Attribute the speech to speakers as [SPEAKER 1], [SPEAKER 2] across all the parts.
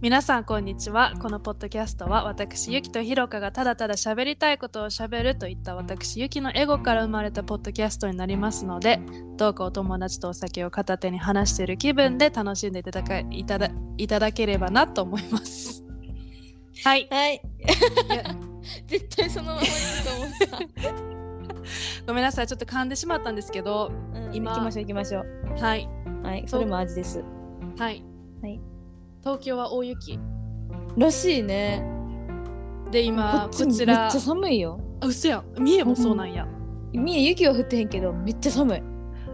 [SPEAKER 1] 皆さんこんにちはこのポッドキャストは私ゆきとひろかがただただ喋りたいことを喋るといった私ゆきのエゴから生まれたポッドキャストになりますのでどうかお友達とお酒を片手に話している気分で楽しんでいただかいただいただければなと思いますはい
[SPEAKER 2] はい。絶対そのまま行くと思っ
[SPEAKER 1] ごめんなさいちょっと噛んでしまったんですけど
[SPEAKER 2] た。うん
[SPEAKER 1] 今
[SPEAKER 2] 行きましょう行きましょう。
[SPEAKER 1] はい
[SPEAKER 2] はい、
[SPEAKER 1] そう
[SPEAKER 2] それも味です。
[SPEAKER 1] はい、
[SPEAKER 2] はい、
[SPEAKER 1] 東京は大雪
[SPEAKER 2] らしいね。
[SPEAKER 1] で今こ
[SPEAKER 2] も
[SPEAKER 1] ち
[SPEAKER 2] めっ
[SPEAKER 1] ら
[SPEAKER 2] ちゃ寒いよ。
[SPEAKER 1] あ嘘やん三重もそうなんや、
[SPEAKER 2] みえ雪は降ってへんけどめっちゃ寒い。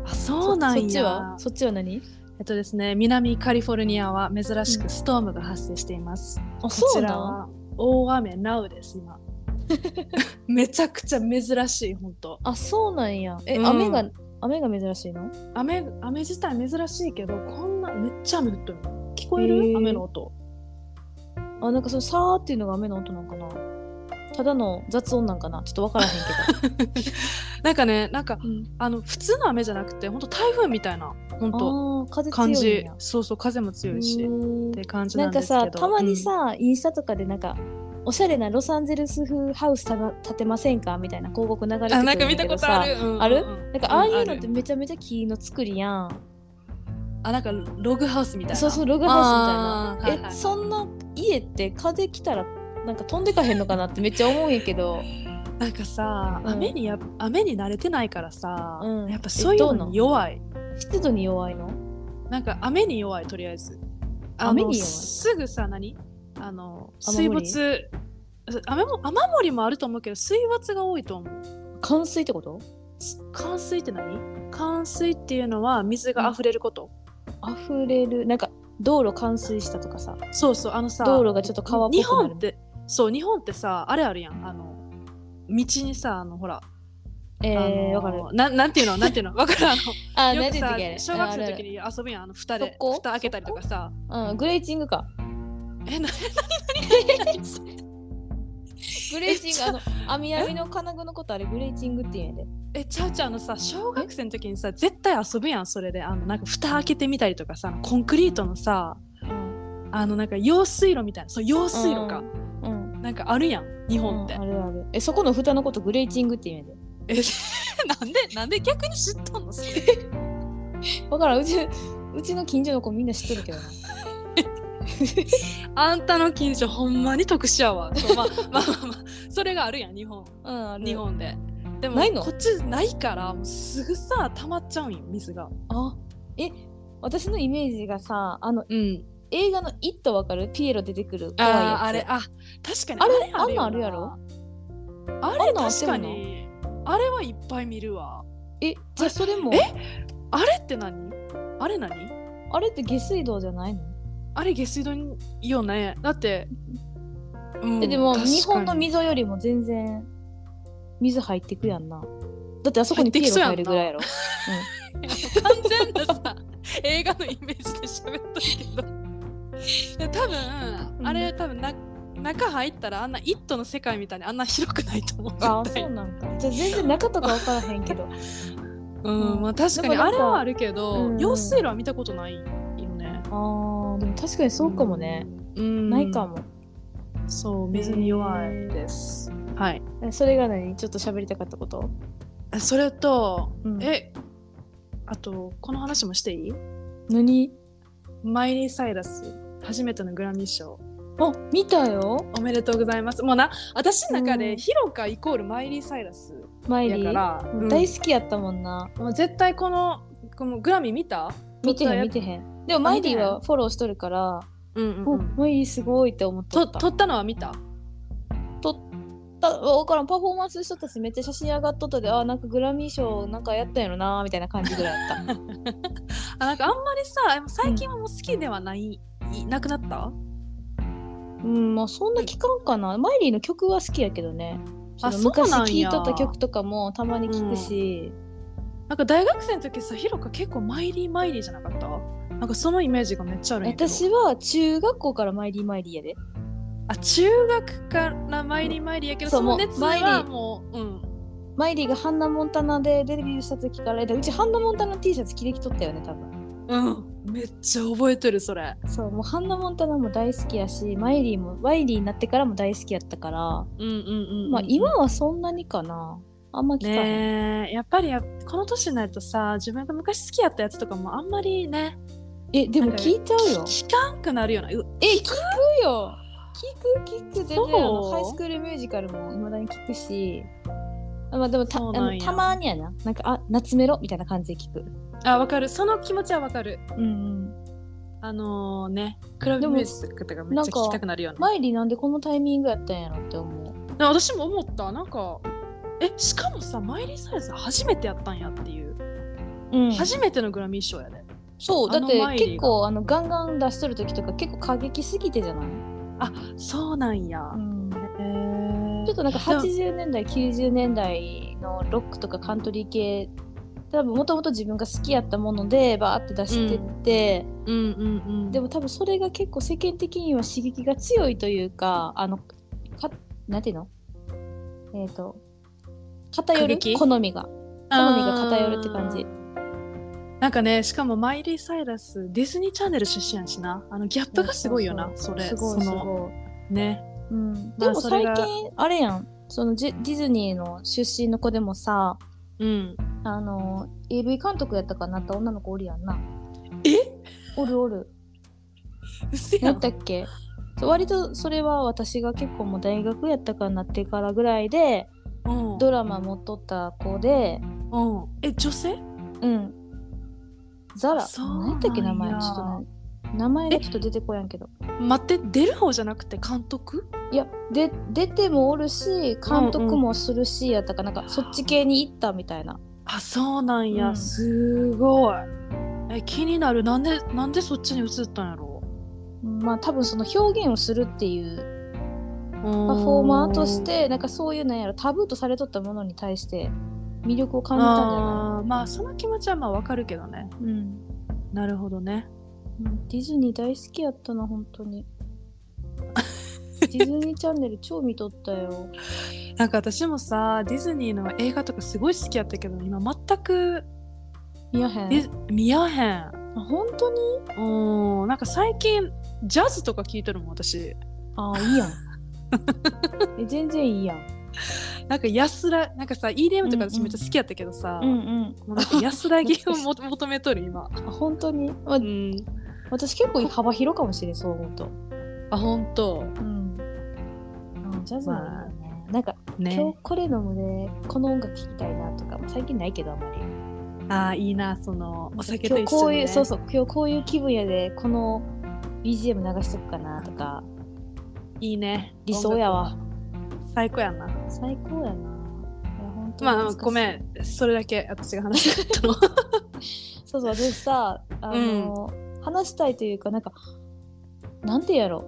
[SPEAKER 1] あそうなんや
[SPEAKER 2] そそっちは？そっちは何？
[SPEAKER 1] えっとですね、南カリフォルニアは珍しくストームが発生しています。
[SPEAKER 2] あ
[SPEAKER 1] こ
[SPEAKER 2] そう
[SPEAKER 1] ちら
[SPEAKER 2] なん。
[SPEAKER 1] は大雨なうです今。 めちゃくちゃ珍しい本当。
[SPEAKER 2] あそうなんや。え、
[SPEAKER 1] うん
[SPEAKER 2] 雨が雨が珍しいの？
[SPEAKER 1] 雨雨自体珍しいけどこんなめっちゃ雨降ってるの。聞こえる
[SPEAKER 2] へ？ー
[SPEAKER 1] 雨の音。
[SPEAKER 2] あなんかそのさーっていうのが雨の音なんかな。ただの雑音なんかな。ちょっとわからへん けど。
[SPEAKER 1] なんかね、なんか
[SPEAKER 2] うん、
[SPEAKER 1] あの普通の雨じゃなくて本当台風みたいな本当
[SPEAKER 2] あー風強い
[SPEAKER 1] 感
[SPEAKER 2] ん
[SPEAKER 1] じ
[SPEAKER 2] や。。
[SPEAKER 1] そうそう風も強いし、
[SPEAKER 2] う
[SPEAKER 1] っ
[SPEAKER 2] ーん
[SPEAKER 1] て感じ
[SPEAKER 2] な
[SPEAKER 1] なんんで
[SPEAKER 2] か
[SPEAKER 1] すけど。
[SPEAKER 2] さたまに
[SPEAKER 1] うん、
[SPEAKER 2] さ、インスタとかでなんかおしゃれなロサンゼルス風ハウスたな建てませんかみたいな広告流れてくる
[SPEAKER 1] あ
[SPEAKER 2] ん
[SPEAKER 1] な
[SPEAKER 2] だ
[SPEAKER 1] んか見
[SPEAKER 2] け
[SPEAKER 1] た
[SPEAKER 2] ど
[SPEAKER 1] こと
[SPEAKER 2] さ
[SPEAKER 1] ある。うん
[SPEAKER 2] ある
[SPEAKER 1] うん
[SPEAKER 2] なんかああいうのっ
[SPEAKER 1] ん
[SPEAKER 2] て
[SPEAKER 1] る
[SPEAKER 2] めちゃめちゃ木の作りやん、
[SPEAKER 1] あなんかログハウスみたいな。
[SPEAKER 2] そうそううログハウスみたい
[SPEAKER 1] あーは
[SPEAKER 2] なえ、
[SPEAKER 1] いはい
[SPEAKER 2] そんな家って風来たらなんか飛んでかへんのかなってめっちゃ思うんやけど
[SPEAKER 1] なんかさ、
[SPEAKER 2] うん
[SPEAKER 1] 雨にや雨に慣れてないからさ、
[SPEAKER 2] うん
[SPEAKER 1] やっぱそういう
[SPEAKER 2] えどう
[SPEAKER 1] の
[SPEAKER 2] なん
[SPEAKER 1] に弱い
[SPEAKER 2] 湿度に弱いの
[SPEAKER 1] なんか雨に弱いとりあえずあの
[SPEAKER 2] 雨に弱い
[SPEAKER 1] すぐさ何あの
[SPEAKER 2] 雨
[SPEAKER 1] 水
[SPEAKER 2] 漏り
[SPEAKER 1] 没雨も雨漏りもあると思うけど水没が多いと思う
[SPEAKER 2] 冠水ってこと
[SPEAKER 1] す冠水って何冠水っていうのは水が溢れること、
[SPEAKER 2] 溢れるなんか道路冠水したとかさ
[SPEAKER 1] そうそうあのさ
[SPEAKER 2] 道路がちょっと川っぽくなる
[SPEAKER 1] 日本ってそう日本ってさあれあるやんあの道にさあのほら、
[SPEAKER 2] え
[SPEAKER 1] あ
[SPEAKER 2] ー、
[SPEAKER 1] の
[SPEAKER 2] わかる
[SPEAKER 1] ななんていうのなんていうのわかるあの
[SPEAKER 2] あ
[SPEAKER 1] よ
[SPEAKER 2] 何
[SPEAKER 1] く
[SPEAKER 2] て言う
[SPEAKER 1] さ
[SPEAKER 2] んだっ
[SPEAKER 1] 小学
[SPEAKER 2] け
[SPEAKER 1] 生の
[SPEAKER 2] あ
[SPEAKER 1] 時
[SPEAKER 2] る
[SPEAKER 1] に遊ぶやんあの蓋
[SPEAKER 2] そ
[SPEAKER 1] で
[SPEAKER 2] こ
[SPEAKER 1] 蓋開けたりとかさ
[SPEAKER 2] あるうんグレーチングか
[SPEAKER 1] えな
[SPEAKER 2] グレーチング、あの、網網の金具のことあれグレーチングって言うんやで。
[SPEAKER 1] えちゃうちゃうあのさ小学生の時にさ絶対遊ぶやんそれであのなんか蓋開けてみたりとかさコンクリートのさあのなんか用水路みたいなそう用水路か、
[SPEAKER 2] うん。
[SPEAKER 1] なんかあるやん日本って、
[SPEAKER 2] あるある。え、そこの蓋のことグレーチングって言うんや
[SPEAKER 1] え なんでなんで逆に知ったのそれ
[SPEAKER 2] で。わからん、うち、うちの近所の子みんな知っとるけどな。
[SPEAKER 1] あんたの近所ほんまに特殊やわそう、まあ、まあまあまあそれがあるやん日本
[SPEAKER 2] うん、あ
[SPEAKER 1] 日。本ででも
[SPEAKER 2] ないの
[SPEAKER 1] こっちないからもうすぐさ溜まっちゃうんよ水が
[SPEAKER 2] あ、え、私のイメージがさ、あの、
[SPEAKER 1] うん
[SPEAKER 2] 映画の「イット」わかるピエロ出てくる怖い
[SPEAKER 1] あ
[SPEAKER 2] やつ
[SPEAKER 1] ああれあ確かに
[SPEAKER 2] あれ
[SPEAKER 1] あれ
[SPEAKER 2] あんなんある
[SPEAKER 1] よ
[SPEAKER 2] やろ
[SPEAKER 1] あ
[SPEAKER 2] あ
[SPEAKER 1] れ
[SPEAKER 2] んなんあっ
[SPEAKER 1] 確
[SPEAKER 2] ても
[SPEAKER 1] か
[SPEAKER 2] な
[SPEAKER 1] にあれはいっぱい見るわ
[SPEAKER 2] えじゃあそれも
[SPEAKER 1] えあれって何あれ何
[SPEAKER 2] あれって下水道じゃないの、
[SPEAKER 1] あれ下水道によねだって、うん
[SPEAKER 2] えでも
[SPEAKER 1] 確かに
[SPEAKER 2] 日本の溝よりも全然水入ってくやんなだってあそこにピエロ入るぐらいやろ
[SPEAKER 1] 完全な さ映画のイメージで喋ったけどいや多分、
[SPEAKER 2] うん
[SPEAKER 1] あれ多分な中入ったらあんな「イット!」の世界みたいにあんな広くないと思う
[SPEAKER 2] ああ
[SPEAKER 1] 絶対
[SPEAKER 2] そうなんかじゃあ全然中とか分からへんけ ど
[SPEAKER 1] うんまあ、確かに
[SPEAKER 2] でもな
[SPEAKER 1] あ
[SPEAKER 2] んか
[SPEAKER 1] れはあるけど、
[SPEAKER 2] うん
[SPEAKER 1] 用水路は見たことないよね
[SPEAKER 2] あーでも確かにそうかもね、
[SPEAKER 1] うん
[SPEAKER 2] ないかも
[SPEAKER 1] そう水に弱いですはい
[SPEAKER 2] えそれが何ちょっと喋りたかったこと、
[SPEAKER 1] それと、
[SPEAKER 2] うん
[SPEAKER 1] えあとこの話もしていい
[SPEAKER 2] 何
[SPEAKER 1] マイリー・サイラス初めてのグラミー賞
[SPEAKER 2] あ見たよ
[SPEAKER 1] おめでとうございますもうな私の中
[SPEAKER 2] う
[SPEAKER 1] で
[SPEAKER 2] ん
[SPEAKER 1] ヒロカイコールマイリー・サイラス
[SPEAKER 2] マイ
[SPEAKER 1] や
[SPEAKER 2] リ
[SPEAKER 1] か
[SPEAKER 2] ー
[SPEAKER 1] ら、
[SPEAKER 2] うん
[SPEAKER 1] うん
[SPEAKER 2] 大好きやったもんな
[SPEAKER 1] もう絶対このこのグラミー見た
[SPEAKER 2] 見て
[SPEAKER 1] 撮った
[SPEAKER 2] へん
[SPEAKER 1] や
[SPEAKER 2] 見てへんでもマイリーはフォローしとるから、
[SPEAKER 1] うん
[SPEAKER 2] おマイリーすごいって思っと
[SPEAKER 1] と
[SPEAKER 2] った
[SPEAKER 1] 撮ったのは見た
[SPEAKER 2] 撮った分からんパフォーマンスしとったしめっちゃ写真上がっとったであーなんかグラミー賞なんかやったんやろなーみたいな感じぐらいやった
[SPEAKER 1] あなんかあんまりさ最近はもう好きではない、いなくなった
[SPEAKER 2] うんまあそんな期間かなマイリーの曲は好きやけどね
[SPEAKER 1] あ
[SPEAKER 2] その
[SPEAKER 1] そう
[SPEAKER 2] 昔
[SPEAKER 1] なん
[SPEAKER 2] 聴
[SPEAKER 1] や
[SPEAKER 2] いとった曲とかもたまに聴くし、
[SPEAKER 1] なんか大学生の時さヒロカ結構マイリーマイリーじゃなかったなんかそのイメージがめっちゃあるんやけど
[SPEAKER 2] 私は中学校からマイリーマイリーやで
[SPEAKER 1] あ中学からマイリーマイリーやけど
[SPEAKER 2] そう
[SPEAKER 1] その熱
[SPEAKER 2] もうマイリー
[SPEAKER 1] はもううん
[SPEAKER 2] マイリーがハンナ・モンタナでデビューした時からえだうちハンナ・モンタナ T シャツ着てきとったよね多分
[SPEAKER 1] うんめっちゃ覚えてるそれ
[SPEAKER 2] そうもうハンナ・モンタナも大好きやしマイリーもワイリーになってからも大好きやったから、
[SPEAKER 1] うんうんうん、うん、
[SPEAKER 2] まあ今はそんなにかなあんま聞かない、
[SPEAKER 1] ねえやっぱりやこの年になるとさ自分が昔好きやったやつとかもあんまりね
[SPEAKER 2] えでも聞いちゃうよ
[SPEAKER 1] 聞聞かんくなるようなう
[SPEAKER 2] え聞くよ聞く聞く全然あの
[SPEAKER 1] そう
[SPEAKER 2] ハイスクールミュージカルもいまだに聞くしあまあでもた
[SPEAKER 1] そう
[SPEAKER 2] あ
[SPEAKER 1] なん
[SPEAKER 2] の
[SPEAKER 1] や
[SPEAKER 2] たまにやななんかあ夏メロみたいな感じで聞く
[SPEAKER 1] あわかるその気持ちはわかる
[SPEAKER 2] うん
[SPEAKER 1] あのねクラブ
[SPEAKER 2] でも
[SPEAKER 1] ミュージックとかめっちゃ聞きたくなるような
[SPEAKER 2] マイリーなんでこのタイミングやったんやろって思う
[SPEAKER 1] な私も思ったなんかえしかもさマイリー・サイラス初めてやったんやっていう、
[SPEAKER 2] うん
[SPEAKER 1] 初めてのグラミー賞やで
[SPEAKER 2] そうだっ
[SPEAKER 1] あ
[SPEAKER 2] て
[SPEAKER 1] のマイリーが
[SPEAKER 2] 結構あのガンガン出しとる時とか結構過激すぎてじゃない、
[SPEAKER 1] そうなんや、
[SPEAKER 2] うん
[SPEAKER 1] へ
[SPEAKER 2] ちょっ
[SPEAKER 1] え
[SPEAKER 2] となんか
[SPEAKER 1] でも
[SPEAKER 2] 80年代90年代のロックとかカントリー系多分もともと自分が好きやったものでバーって出してって、
[SPEAKER 1] うんうんうん
[SPEAKER 2] でも多分それが結構世間的には刺激が強いというかあのかなんていうのえっ、と偏
[SPEAKER 1] 過
[SPEAKER 2] る
[SPEAKER 1] 激
[SPEAKER 2] 好みが好みが偏るって感じ
[SPEAKER 1] あーなんかねしかもマイリー・サイラスディズニーチャンネル出身やしなあのギャップがすごいよなそれ
[SPEAKER 2] すごいす
[SPEAKER 1] その
[SPEAKER 2] ごい、
[SPEAKER 1] ね
[SPEAKER 2] うん、
[SPEAKER 1] ま
[SPEAKER 2] で
[SPEAKER 1] あ
[SPEAKER 2] も
[SPEAKER 1] それ
[SPEAKER 2] 最
[SPEAKER 1] が
[SPEAKER 2] 近あれやんそのジェディズニーの出身の子でもさ
[SPEAKER 1] うん
[SPEAKER 2] あの AV 監督やったかなった女の子おるやんな
[SPEAKER 1] え
[SPEAKER 2] おるおる
[SPEAKER 1] うせや
[SPEAKER 2] 何や
[SPEAKER 1] ん
[SPEAKER 2] ったっけそう割とそれは私が結構もう大学やったかなってからぐらいで
[SPEAKER 1] うん
[SPEAKER 2] ドラマ持っとった子で
[SPEAKER 1] うんえ女性
[SPEAKER 2] うんザラ
[SPEAKER 1] そうなんや
[SPEAKER 2] 何やったっけ名前ちょっとね名前がちょっと出てこやんけど
[SPEAKER 1] 待って出る方じゃなくて監督
[SPEAKER 2] いやで出てもおるし監督もするしやったかなんかそっち系に行ったみたいな
[SPEAKER 1] あそうなんや、
[SPEAKER 2] うん
[SPEAKER 1] すごいえ気になるなんでなんでそっちに移ったんやろ
[SPEAKER 2] まあ多分その表現をするっていう
[SPEAKER 1] パフ
[SPEAKER 2] パフォーマーとしてなんかそういうなんやろタブーとされとったものに対して魅力を感じたんじゃな
[SPEAKER 1] あーまあその気持ちはまあわかるけどね
[SPEAKER 2] いうん
[SPEAKER 1] なるほどね
[SPEAKER 2] うんディズニー大好きやったな本 当にディズニーチャンネル超見とったよ
[SPEAKER 1] なんか私もさディズニーの映画とかすごい好きやったけど今全く
[SPEAKER 2] 見やへん
[SPEAKER 1] ディ見やへん
[SPEAKER 2] あ本当に
[SPEAKER 1] うんなんか最近ジャズとか聴いてるもん私
[SPEAKER 2] あいいやんえ全然いいやん
[SPEAKER 1] なんか安らなんかさ EDM とか
[SPEAKER 2] うんう
[SPEAKER 1] 私
[SPEAKER 2] ん
[SPEAKER 1] めっちゃ好きやったけどさ、
[SPEAKER 2] うん
[SPEAKER 1] もうなんか安らぎをも求めとる今、
[SPEAKER 2] うんあ本当に、ま
[SPEAKER 1] うん、
[SPEAKER 2] 私結構幅広かもしれんそう思うと
[SPEAKER 1] あ本当
[SPEAKER 2] うんあジャズもいいよね、なんか、
[SPEAKER 1] ね
[SPEAKER 2] 今日これの胸この音楽聴きたいなとかも最近ないけどあんまり
[SPEAKER 1] ああいいなそのお酒と
[SPEAKER 2] 今
[SPEAKER 1] 一
[SPEAKER 2] 日こ
[SPEAKER 1] 緒
[SPEAKER 2] う
[SPEAKER 1] に、
[SPEAKER 2] い
[SPEAKER 1] ね、
[SPEAKER 2] うそうそう今日こういう気分やでこの BGM 流しとくかなとか
[SPEAKER 1] いいね
[SPEAKER 2] 理想やわ
[SPEAKER 1] 最高やな
[SPEAKER 2] 最高やな。いや本当に
[SPEAKER 1] まあ
[SPEAKER 2] 懐かしい
[SPEAKER 1] ごめ。んそれだけ私が話したかったの
[SPEAKER 2] そうそう、私さ、あの、話したいというか、なんか、なんてやろ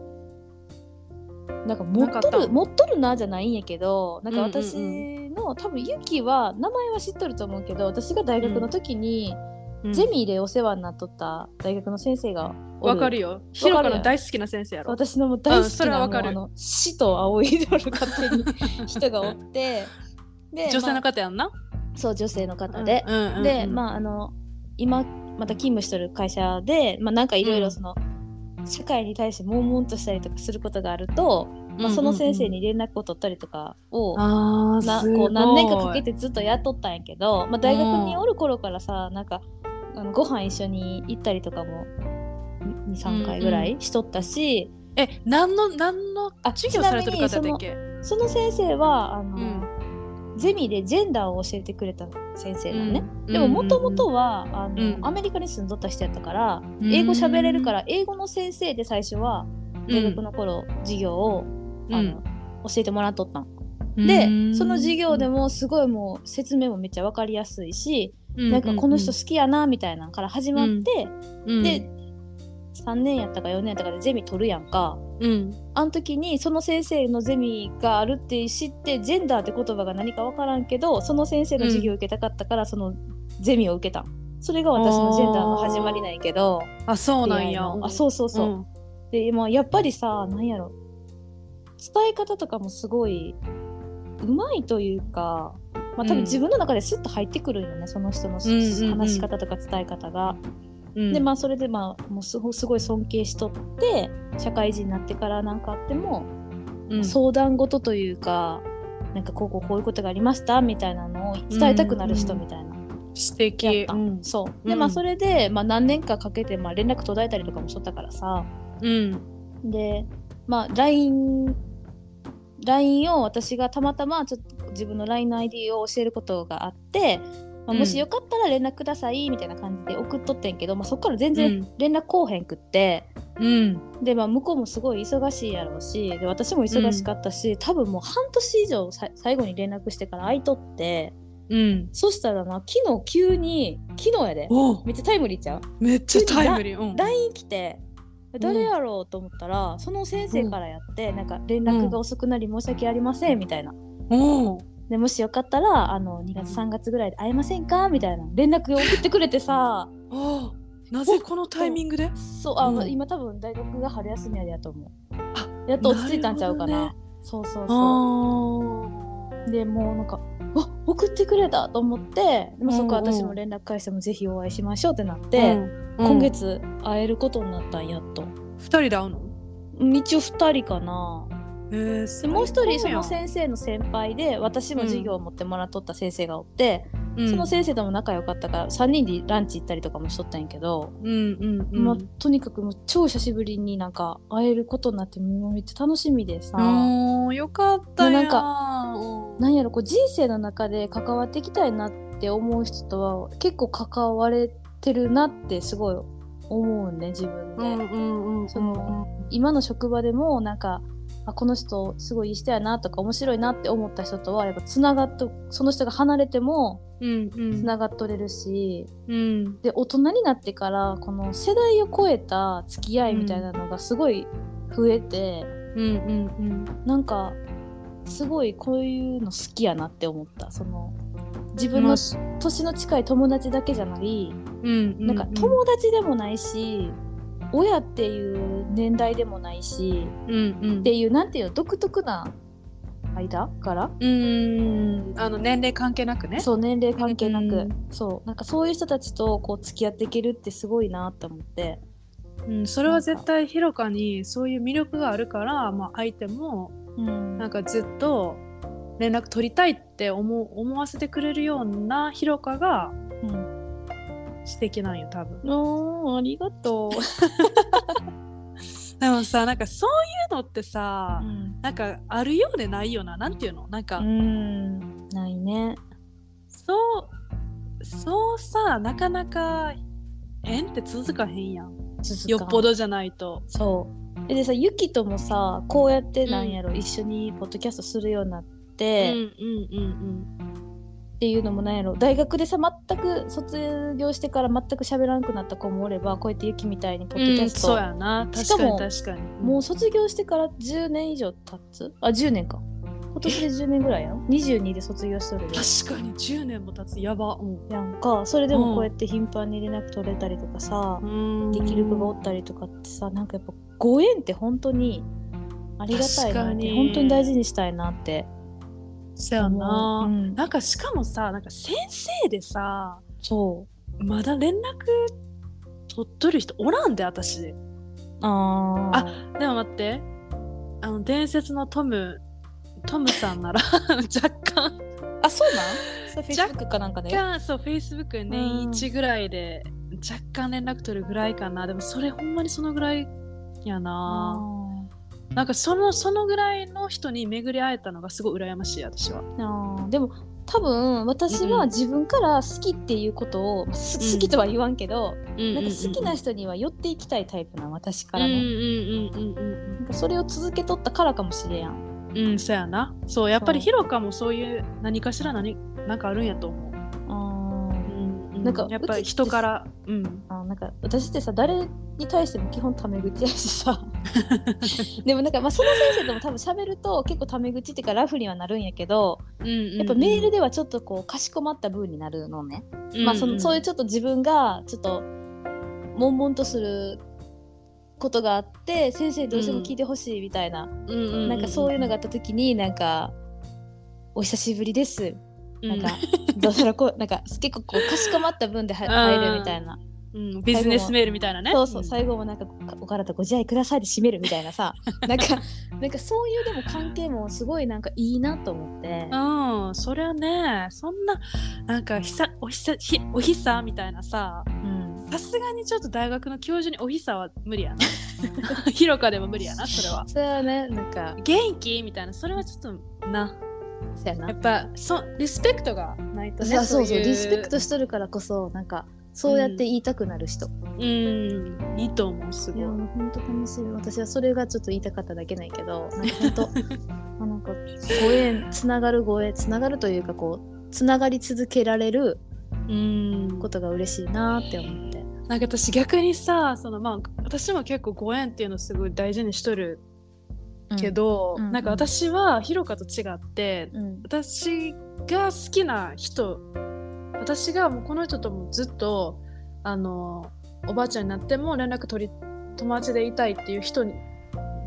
[SPEAKER 2] なんか持
[SPEAKER 1] な
[SPEAKER 2] っ
[SPEAKER 1] んかあ
[SPEAKER 2] と
[SPEAKER 1] った
[SPEAKER 2] る持っとるなじゃないんやけどなんか
[SPEAKER 1] うんうんうん
[SPEAKER 2] 私の、多分ユキは名前は知っとると思うけど私が大学の時に、
[SPEAKER 1] うん
[SPEAKER 2] ゼミでお世話になっとった大学の先生がお
[SPEAKER 1] わかるよヒロカの大好きな先生やろ
[SPEAKER 2] 私のもう大好
[SPEAKER 1] うん
[SPEAKER 2] き
[SPEAKER 1] それは
[SPEAKER 2] な、
[SPEAKER 1] わ
[SPEAKER 2] もう
[SPEAKER 1] かる
[SPEAKER 2] あの死と青いドル勝手に人がおってで
[SPEAKER 1] 女性の
[SPEAKER 2] ま
[SPEAKER 1] 方やんな、
[SPEAKER 2] あそう女性の方で、
[SPEAKER 1] うんうんうん、
[SPEAKER 2] で、まあ、あの今また勤務してる会社で、まあ、なんかいろいろその、社会に対して悶々としたりとかすることがあると、
[SPEAKER 1] あ、
[SPEAKER 2] まあ、その先生に連絡を取ったりとかを、
[SPEAKER 1] あ
[SPEAKER 2] な
[SPEAKER 1] あ
[SPEAKER 2] こう何年かかけてずっとやっとったんやけど、まあ、大学におる頃からさ、なんかあのご飯一緒に行ったりとかも23回ぐらいしとったし、
[SPEAKER 1] え何の何の
[SPEAKER 2] あ
[SPEAKER 1] 授業されてる方だっけ
[SPEAKER 2] その先生はあの、
[SPEAKER 1] うん
[SPEAKER 2] ゼミでジェンダーを教えてくれた先生なのね。
[SPEAKER 1] うん
[SPEAKER 2] でももともとはあの、
[SPEAKER 1] うん
[SPEAKER 2] アメリカに住んどった人やったから、
[SPEAKER 1] ん
[SPEAKER 2] 英語喋れるから英語の先生で最初は
[SPEAKER 1] うん
[SPEAKER 2] 大学の頃授業
[SPEAKER 1] う
[SPEAKER 2] を、
[SPEAKER 1] ん
[SPEAKER 2] あの教えてもらっとったん、
[SPEAKER 1] うん
[SPEAKER 2] でその授業でもすごいもう説明もめっちゃ分かりやすいし、なんかこの人、好きやなみたいなのから始まって、
[SPEAKER 1] うんうん
[SPEAKER 2] で、3年やったか4年やったかでゼミ取るやんか。
[SPEAKER 1] うん
[SPEAKER 2] あの時にその先生のゼミがあるって知ってジェンダーって言葉が何か分からんけどその先生の授業を受けたかったからそのゼミを受けたんそれが私のジェンダーの始まりなんやけど
[SPEAKER 1] あそうなん
[SPEAKER 2] 出
[SPEAKER 1] や
[SPEAKER 2] 会いのあそうそうそう、
[SPEAKER 1] うん
[SPEAKER 2] で今やっぱりさなんやろ伝え方とかもすごいうまいというか、まあ、多
[SPEAKER 1] うん
[SPEAKER 2] 分自分の中でスッと入ってくるよね、その人の
[SPEAKER 1] うんうんうん
[SPEAKER 2] 話し方とか伝え方が、
[SPEAKER 1] うん
[SPEAKER 2] でまあそれでまあもうすごすごい尊敬しとって社会人になってからなんかあっても、
[SPEAKER 1] うん
[SPEAKER 2] 相談事というかなんかこうこうこういうことがありましたみたいなのを伝えたくなる人みたいな、
[SPEAKER 1] 素
[SPEAKER 2] やっ
[SPEAKER 1] 敵
[SPEAKER 2] た、
[SPEAKER 1] うん
[SPEAKER 2] そうで、
[SPEAKER 1] うん
[SPEAKER 2] まあそれで、まあ、何年かかけて、まあ、連絡途絶えたりとかもしとったからさ
[SPEAKER 1] うん
[SPEAKER 2] でまあ LINE LINE を私がたまたまちょっと自分の LINE の ID を教えることがあって、まあ、も
[SPEAKER 1] うん
[SPEAKER 2] しよかったら連絡くださいみたいな感じで送っとってんけど、まあ、そっから全
[SPEAKER 1] う
[SPEAKER 2] 然
[SPEAKER 1] ん
[SPEAKER 2] 連絡こうへんくって、
[SPEAKER 1] うん
[SPEAKER 2] で、まあ、向こうもすごい忙しいやろうしで私も忙しかったし、多分もう半年以上さ最後に連絡してから会いとって
[SPEAKER 1] うん
[SPEAKER 2] そしたらな昨日急に昨日やで
[SPEAKER 1] おう
[SPEAKER 2] めっちゃタイムリーちゃう
[SPEAKER 1] めっちゃタイムリーうん
[SPEAKER 2] LINE 来て誰やろうと思ったら、その先生からやって、なんか連絡が遅くなり申し訳ありませんみたいな。
[SPEAKER 1] おう
[SPEAKER 2] でもしよかったらあの2月3月ぐらいで会えませんかみたいな連絡を送ってくれてさ
[SPEAKER 1] ああなぜこのタイミングで
[SPEAKER 2] そうあの、
[SPEAKER 1] うん
[SPEAKER 2] 今多分大学が春休みやでやと思
[SPEAKER 1] あ
[SPEAKER 2] うやっと落ち着いたんちゃうかな
[SPEAKER 1] なるほ
[SPEAKER 2] そうそう
[SPEAKER 1] あ
[SPEAKER 2] そう
[SPEAKER 1] ー
[SPEAKER 2] でもうなんか「わ送ってくれた!」と思ってでもそこは
[SPEAKER 1] うんうん
[SPEAKER 2] 私も連絡返してもぜひお会いしましょうってなって、
[SPEAKER 1] うん
[SPEAKER 2] 今月会えることになったんやっと。
[SPEAKER 1] うん二人で会うの
[SPEAKER 2] うん一応2人かな
[SPEAKER 1] えー
[SPEAKER 2] でもう一人
[SPEAKER 1] 最
[SPEAKER 2] そ
[SPEAKER 1] 高やん
[SPEAKER 2] の先生の先輩で私も授業を持ってもらっとった先生がおって、
[SPEAKER 1] うん
[SPEAKER 2] その先生とも仲良かったから3人でランチ行ったりとかもしとったんやけど、
[SPEAKER 1] うんうんうん
[SPEAKER 2] まあ、とにかくもう超久しぶりになんか会えることになってもうめっちゃ楽しみでさ、
[SPEAKER 1] おーよかったや
[SPEAKER 2] なん
[SPEAKER 1] か
[SPEAKER 2] なんやろこう人生の中で関わっていきたいなって思う人とは結構関われてるなってすごい思うね自分で、
[SPEAKER 1] うんうんうん
[SPEAKER 2] その今の職場でもなんかあこの人すごいいい人やなとか面白いなって思った人とはやっぱつながっとその人が離れても
[SPEAKER 1] うんうん
[SPEAKER 2] つながっとれるし、
[SPEAKER 1] うん
[SPEAKER 2] で大人になってからこの世代を超えた付き合いみたいなのがすごい増えて、
[SPEAKER 1] うんうん
[SPEAKER 2] なんかすごいこういうの好きやなって思ったその自分の年の近い友達だけじゃない、
[SPEAKER 1] うんうん
[SPEAKER 2] なんか友達でもないし親っていう年代でもないし
[SPEAKER 1] うんうん
[SPEAKER 2] っていうなんていうの独特な間から、
[SPEAKER 1] うんあの年齢関係なくね
[SPEAKER 2] そう年齢関係なく、
[SPEAKER 1] うん
[SPEAKER 2] そうなんかそういう人たちとこう付き合っていけるってすごいなって思って
[SPEAKER 1] うん、それは絶対ひろかにそういう魅力があるから、まあ、相手も
[SPEAKER 2] うん
[SPEAKER 1] なんかずっと連絡取りたいって思う思わせてくれるようなひろかが
[SPEAKER 2] うん
[SPEAKER 1] 素敵なんよ多分
[SPEAKER 2] おーありがとう、
[SPEAKER 1] でもさなんかそういうのってさ、
[SPEAKER 2] うん
[SPEAKER 1] なんかあるようでないよななんていうのなんか、
[SPEAKER 2] うん、ないね
[SPEAKER 1] そうそうさなかなか縁って続かへんやん
[SPEAKER 2] 続
[SPEAKER 1] よ
[SPEAKER 2] かん
[SPEAKER 1] っぽどじゃないと
[SPEAKER 2] そうえでさゆきともさこうやってなんやろ、一緒にポッドキャストするようにな
[SPEAKER 1] う
[SPEAKER 2] っ
[SPEAKER 1] んう
[SPEAKER 2] て、
[SPEAKER 1] んうん
[SPEAKER 2] っていうのもなんやろ大学でさ全く卒業してから全く喋らんくなった子もおればこうやってゆきみたいにポッド
[SPEAKER 1] う
[SPEAKER 2] キャ
[SPEAKER 1] ん
[SPEAKER 2] スト、
[SPEAKER 1] そうやな確
[SPEAKER 2] しか
[SPEAKER 1] かに
[SPEAKER 2] も
[SPEAKER 1] 確かに
[SPEAKER 2] もう卒業してから10年以上経つあ10年か今年で10年ぐらいやん22で卒業しとるで
[SPEAKER 1] 確かに10年も経つやばうん
[SPEAKER 2] やんかそれで
[SPEAKER 1] うん
[SPEAKER 2] もこうやって頻繁に連絡取れたりとかさ、
[SPEAKER 1] で
[SPEAKER 2] できる子がおったりとかってさなんかやっぱご縁って本当にありがたい
[SPEAKER 1] 確
[SPEAKER 2] な
[SPEAKER 1] か
[SPEAKER 2] って
[SPEAKER 1] に
[SPEAKER 2] 本当に大事にしたいなって
[SPEAKER 1] そうやな、
[SPEAKER 2] うん
[SPEAKER 1] なんかしかもさなんか先生でさ
[SPEAKER 2] そう
[SPEAKER 1] まだ連絡取っとる人おらんで私
[SPEAKER 2] あーあ
[SPEAKER 1] でも待ってあの伝説のトムトムさんなら 若干
[SPEAKER 2] あそうなんそれフェイスブックかなんかで、
[SPEAKER 1] がそうフェイスブック年一ぐらいで若干連絡取るぐらいかなでもそれほんまにそのぐらいや
[SPEAKER 2] あ
[SPEAKER 1] ななんかそのそのぐらいの人に巡り会えたのがすごい羨ましい私は
[SPEAKER 2] ーあーでも多分私
[SPEAKER 1] うんう
[SPEAKER 2] は
[SPEAKER 1] ん
[SPEAKER 2] 自分から好きっていうことを、まあす好きとは言わんけど、
[SPEAKER 1] な
[SPEAKER 2] なんか好きな人には寄っていきたいタイプな私から
[SPEAKER 1] うん
[SPEAKER 2] も、
[SPEAKER 1] うんうんうんうんうん
[SPEAKER 2] なんかそれを続けとったからかもしれやん
[SPEAKER 1] うん、そうやな。そう、やっぱり
[SPEAKER 2] そう
[SPEAKER 1] ヒロカもそういう何かしら何なんかあるんやと思う。うん、
[SPEAKER 2] なんか
[SPEAKER 1] やっぱり人から、うん。
[SPEAKER 2] あなんか私ってさ誰に対しても基本タメ口やしさ でもなんか、まあ、その先生とも多分喋ると結構タメ口っていうかラフにはなるんやけどやっぱメールではちょっとこうかしこまった文になるのね、
[SPEAKER 1] ル
[SPEAKER 2] まあそのそういう
[SPEAKER 1] う
[SPEAKER 2] ちょっと自分がちょっと悶々とすることがあって先生にどうしても聞いてほしいみたいな、
[SPEAKER 1] ん、うん
[SPEAKER 2] なんかそういうのがあった時になんか「お久しぶりです」
[SPEAKER 1] うん
[SPEAKER 2] なんか、どうだろうこうなんか結構こうかしこまった分では入るみたいな
[SPEAKER 1] うん、ビジネスメールみたいなね。
[SPEAKER 2] そうそう、
[SPEAKER 1] ん
[SPEAKER 2] 最後もなんか「お体ご自愛ください」で締めるみたいなさなんかなんかそういうでも関係もすごいなんかいいなと思って。
[SPEAKER 1] うん、そりゃね、そんな、なんか、ひさ、おひさ、ひ、おひさみたいなさ。
[SPEAKER 2] うん
[SPEAKER 1] さすがにちょっと大学の教授におひさは無 理やな。広かでも無理やな、それは。
[SPEAKER 2] それはねなんか
[SPEAKER 1] 元気みたいな、それはちょっと、な。
[SPEAKER 2] そうやな
[SPEAKER 1] やっぱ、そ、リスペクトがないとね。
[SPEAKER 2] そうそうそう
[SPEAKER 1] い
[SPEAKER 2] リスペクトしとるからこそなんかそうやって言いたくなる人、
[SPEAKER 1] うん、いいと思う、す
[SPEAKER 2] い
[SPEAKER 1] ごい
[SPEAKER 2] や。もうほんと楽しい私はそれがちょっと言いたかっただけないけどなんかほんとあなんかご縁つながるご縁つながるというかこうつながり続けられる
[SPEAKER 1] うん
[SPEAKER 2] ことが嬉しいなって思って
[SPEAKER 1] なんか私逆にさそのまあ私も結構ご縁っていうのすごい大事にしとるけ、ど、
[SPEAKER 2] うんうん
[SPEAKER 1] なんか私はひろかと違って
[SPEAKER 2] うんうん
[SPEAKER 1] 私が好きな人私がもうこの人ともずっとあのおばあちゃんになっても連絡取り友達でいたいっていう人に、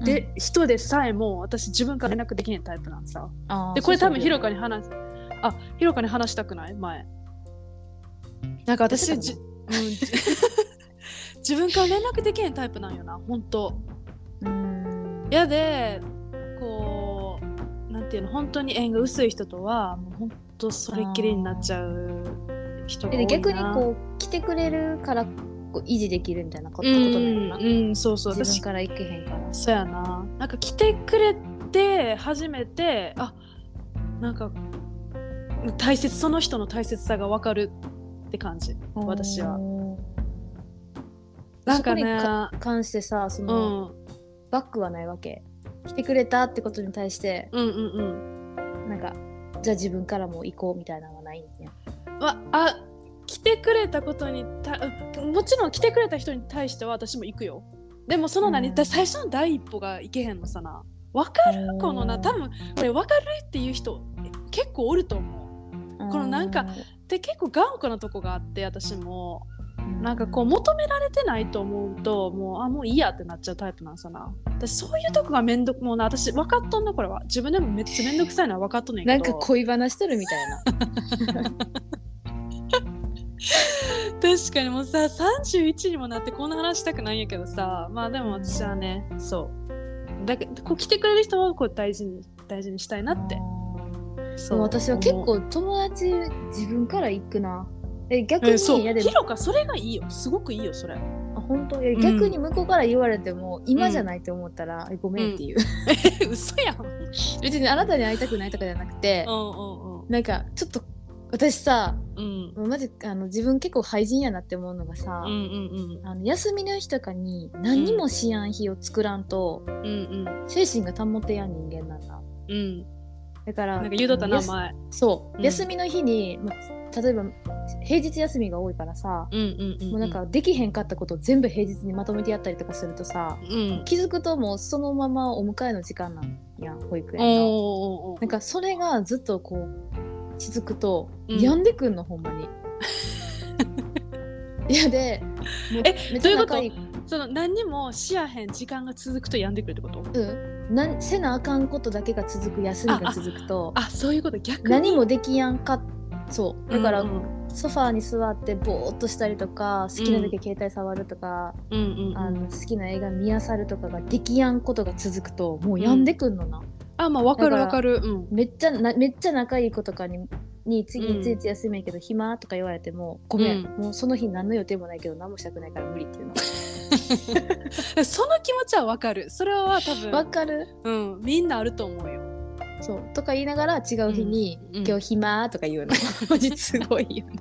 [SPEAKER 1] で人でさえも私自分から連絡できないタイプなんさ
[SPEAKER 2] あー
[SPEAKER 1] でこれ
[SPEAKER 2] そ
[SPEAKER 1] 多
[SPEAKER 2] うそ
[SPEAKER 1] 分
[SPEAKER 2] う
[SPEAKER 1] ひろかに話あひろかに話したくない前なんか私じ、うんじ 自分から連絡できないタイプなんよな本当
[SPEAKER 2] うん
[SPEAKER 1] やでこうなんていうの本当に縁が薄い人とはもう本当それっきりになっちゃう人が多い
[SPEAKER 2] で
[SPEAKER 1] な
[SPEAKER 2] 逆にこう来てくれるからこう維持できるみたいなこ
[SPEAKER 1] う
[SPEAKER 2] とことなんやろ
[SPEAKER 1] ん
[SPEAKER 2] な、
[SPEAKER 1] うんそうそう
[SPEAKER 2] 自
[SPEAKER 1] 私
[SPEAKER 2] 分から行けへんから
[SPEAKER 1] そうやななんか来てくれて初めてあなんか大切その人の大切さが分かるって感じ私は
[SPEAKER 2] おー
[SPEAKER 1] なんか
[SPEAKER 2] そこ
[SPEAKER 1] ね
[SPEAKER 2] に関してさそうの、
[SPEAKER 1] ん、うん
[SPEAKER 2] バックはないわけ来てくれたってことに対して
[SPEAKER 1] うんうん
[SPEAKER 2] なんかじゃあ自分からも行こうみたいなのはないんや
[SPEAKER 1] わあ来てくれたことにたもちろん来てくれた人に対しては私も行くよでもその何、
[SPEAKER 2] うん
[SPEAKER 1] だ最初の第一歩が行けへんのさな分かるこのな多分これ分かるっていう人結構おると思このなんかうで結構頑固なとこがあって私もなんかこう
[SPEAKER 2] も
[SPEAKER 1] 求められてないと思うともうあもういいやってなっちゃうタイプなんさな私そういうとこがめんどくもうな私分かっとんなこれは自分でもめっちゃめんどくさいのは分かっとんねん
[SPEAKER 2] な
[SPEAKER 1] け
[SPEAKER 2] ん
[SPEAKER 1] ど
[SPEAKER 2] か恋話しとるみたいな
[SPEAKER 1] 確かにもうさ31にもなってこんな話したくないんやけどさまあでも私はねそうだけこう来てくれる人はこう大事に大事にしたい なって
[SPEAKER 2] で
[SPEAKER 1] そう
[SPEAKER 2] も私は結
[SPEAKER 1] 思う
[SPEAKER 2] 構友達自分から行くなえ逆
[SPEAKER 1] えそう
[SPEAKER 2] に
[SPEAKER 1] ヒ
[SPEAKER 2] やで、
[SPEAKER 1] ロカそれがいいよすごくいいよそ れ
[SPEAKER 2] あ本当いや
[SPEAKER 1] うん
[SPEAKER 2] 逆に向こうから言われても、今じゃないと思ったら、えごめんっていう、
[SPEAKER 1] 嘘やんうん
[SPEAKER 2] 別にあなたに会いたくないとかじゃなくて、
[SPEAKER 1] うん
[SPEAKER 2] なんかちょっと私さ
[SPEAKER 1] うんうん
[SPEAKER 2] もうマジあの自分結構廃人やなって思うのがさ、
[SPEAKER 1] うんうん
[SPEAKER 2] あの休みの日とかに何にもしやん日を作らんと、
[SPEAKER 1] うんうん
[SPEAKER 2] 精神が保てやん人間なんだ
[SPEAKER 1] うん
[SPEAKER 2] だから
[SPEAKER 1] なんか言うとったな
[SPEAKER 2] やす
[SPEAKER 1] 前
[SPEAKER 2] そう、
[SPEAKER 1] うん
[SPEAKER 2] 休みの日に、まあ、例えば平日休みが多いからさ、
[SPEAKER 1] うんうんうん
[SPEAKER 2] もうなんかできへんかったことを全部平日にまとめてやったりとかするとさ
[SPEAKER 1] うん
[SPEAKER 2] 気づくともうそのままお迎えの時間なんやん保育園
[SPEAKER 1] お
[SPEAKER 2] の
[SPEAKER 1] ーおーおー
[SPEAKER 2] なんかそれがずっとこう続くと、
[SPEAKER 1] うん
[SPEAKER 2] 病んでくんのほんま にいやでもう
[SPEAKER 1] えど
[SPEAKER 2] めっ
[SPEAKER 1] う
[SPEAKER 2] ち
[SPEAKER 1] い
[SPEAKER 2] ゃ
[SPEAKER 1] うこと
[SPEAKER 2] 仲いい
[SPEAKER 1] その何にもしやへん時間が続くと病んでくるってこと
[SPEAKER 2] うん、なんせなあかんことだけが続く休みが続くと
[SPEAKER 1] あそういうこと逆に
[SPEAKER 2] 何もできやんかそうだから、
[SPEAKER 1] うん
[SPEAKER 2] ソファーに座ってぼーっとしたりとか好きなだけ携帯触るとか、
[SPEAKER 1] うんうんうん
[SPEAKER 2] あの好きな映画見あさるとかができやんことが続くともうやんでくんのな、
[SPEAKER 1] あまあわかる
[SPEAKER 2] だ
[SPEAKER 1] わ
[SPEAKER 2] か
[SPEAKER 1] かるうん
[SPEAKER 2] めっちゃなめっちゃ仲いい子とかにに次
[SPEAKER 1] うん
[SPEAKER 2] いついつ休みやけど暇とか言われても、ごめん
[SPEAKER 1] う
[SPEAKER 2] もうその日何の予定もないけど何もしたくないから無理っていうの
[SPEAKER 1] その気持ちはわかるそれは多
[SPEAKER 2] わ
[SPEAKER 1] 分、
[SPEAKER 2] かる
[SPEAKER 1] うん、みんなあると思うよ
[SPEAKER 2] そうとか言いながら違う日に、
[SPEAKER 1] うんうん
[SPEAKER 2] 今日暇とか言う のマジすごいよね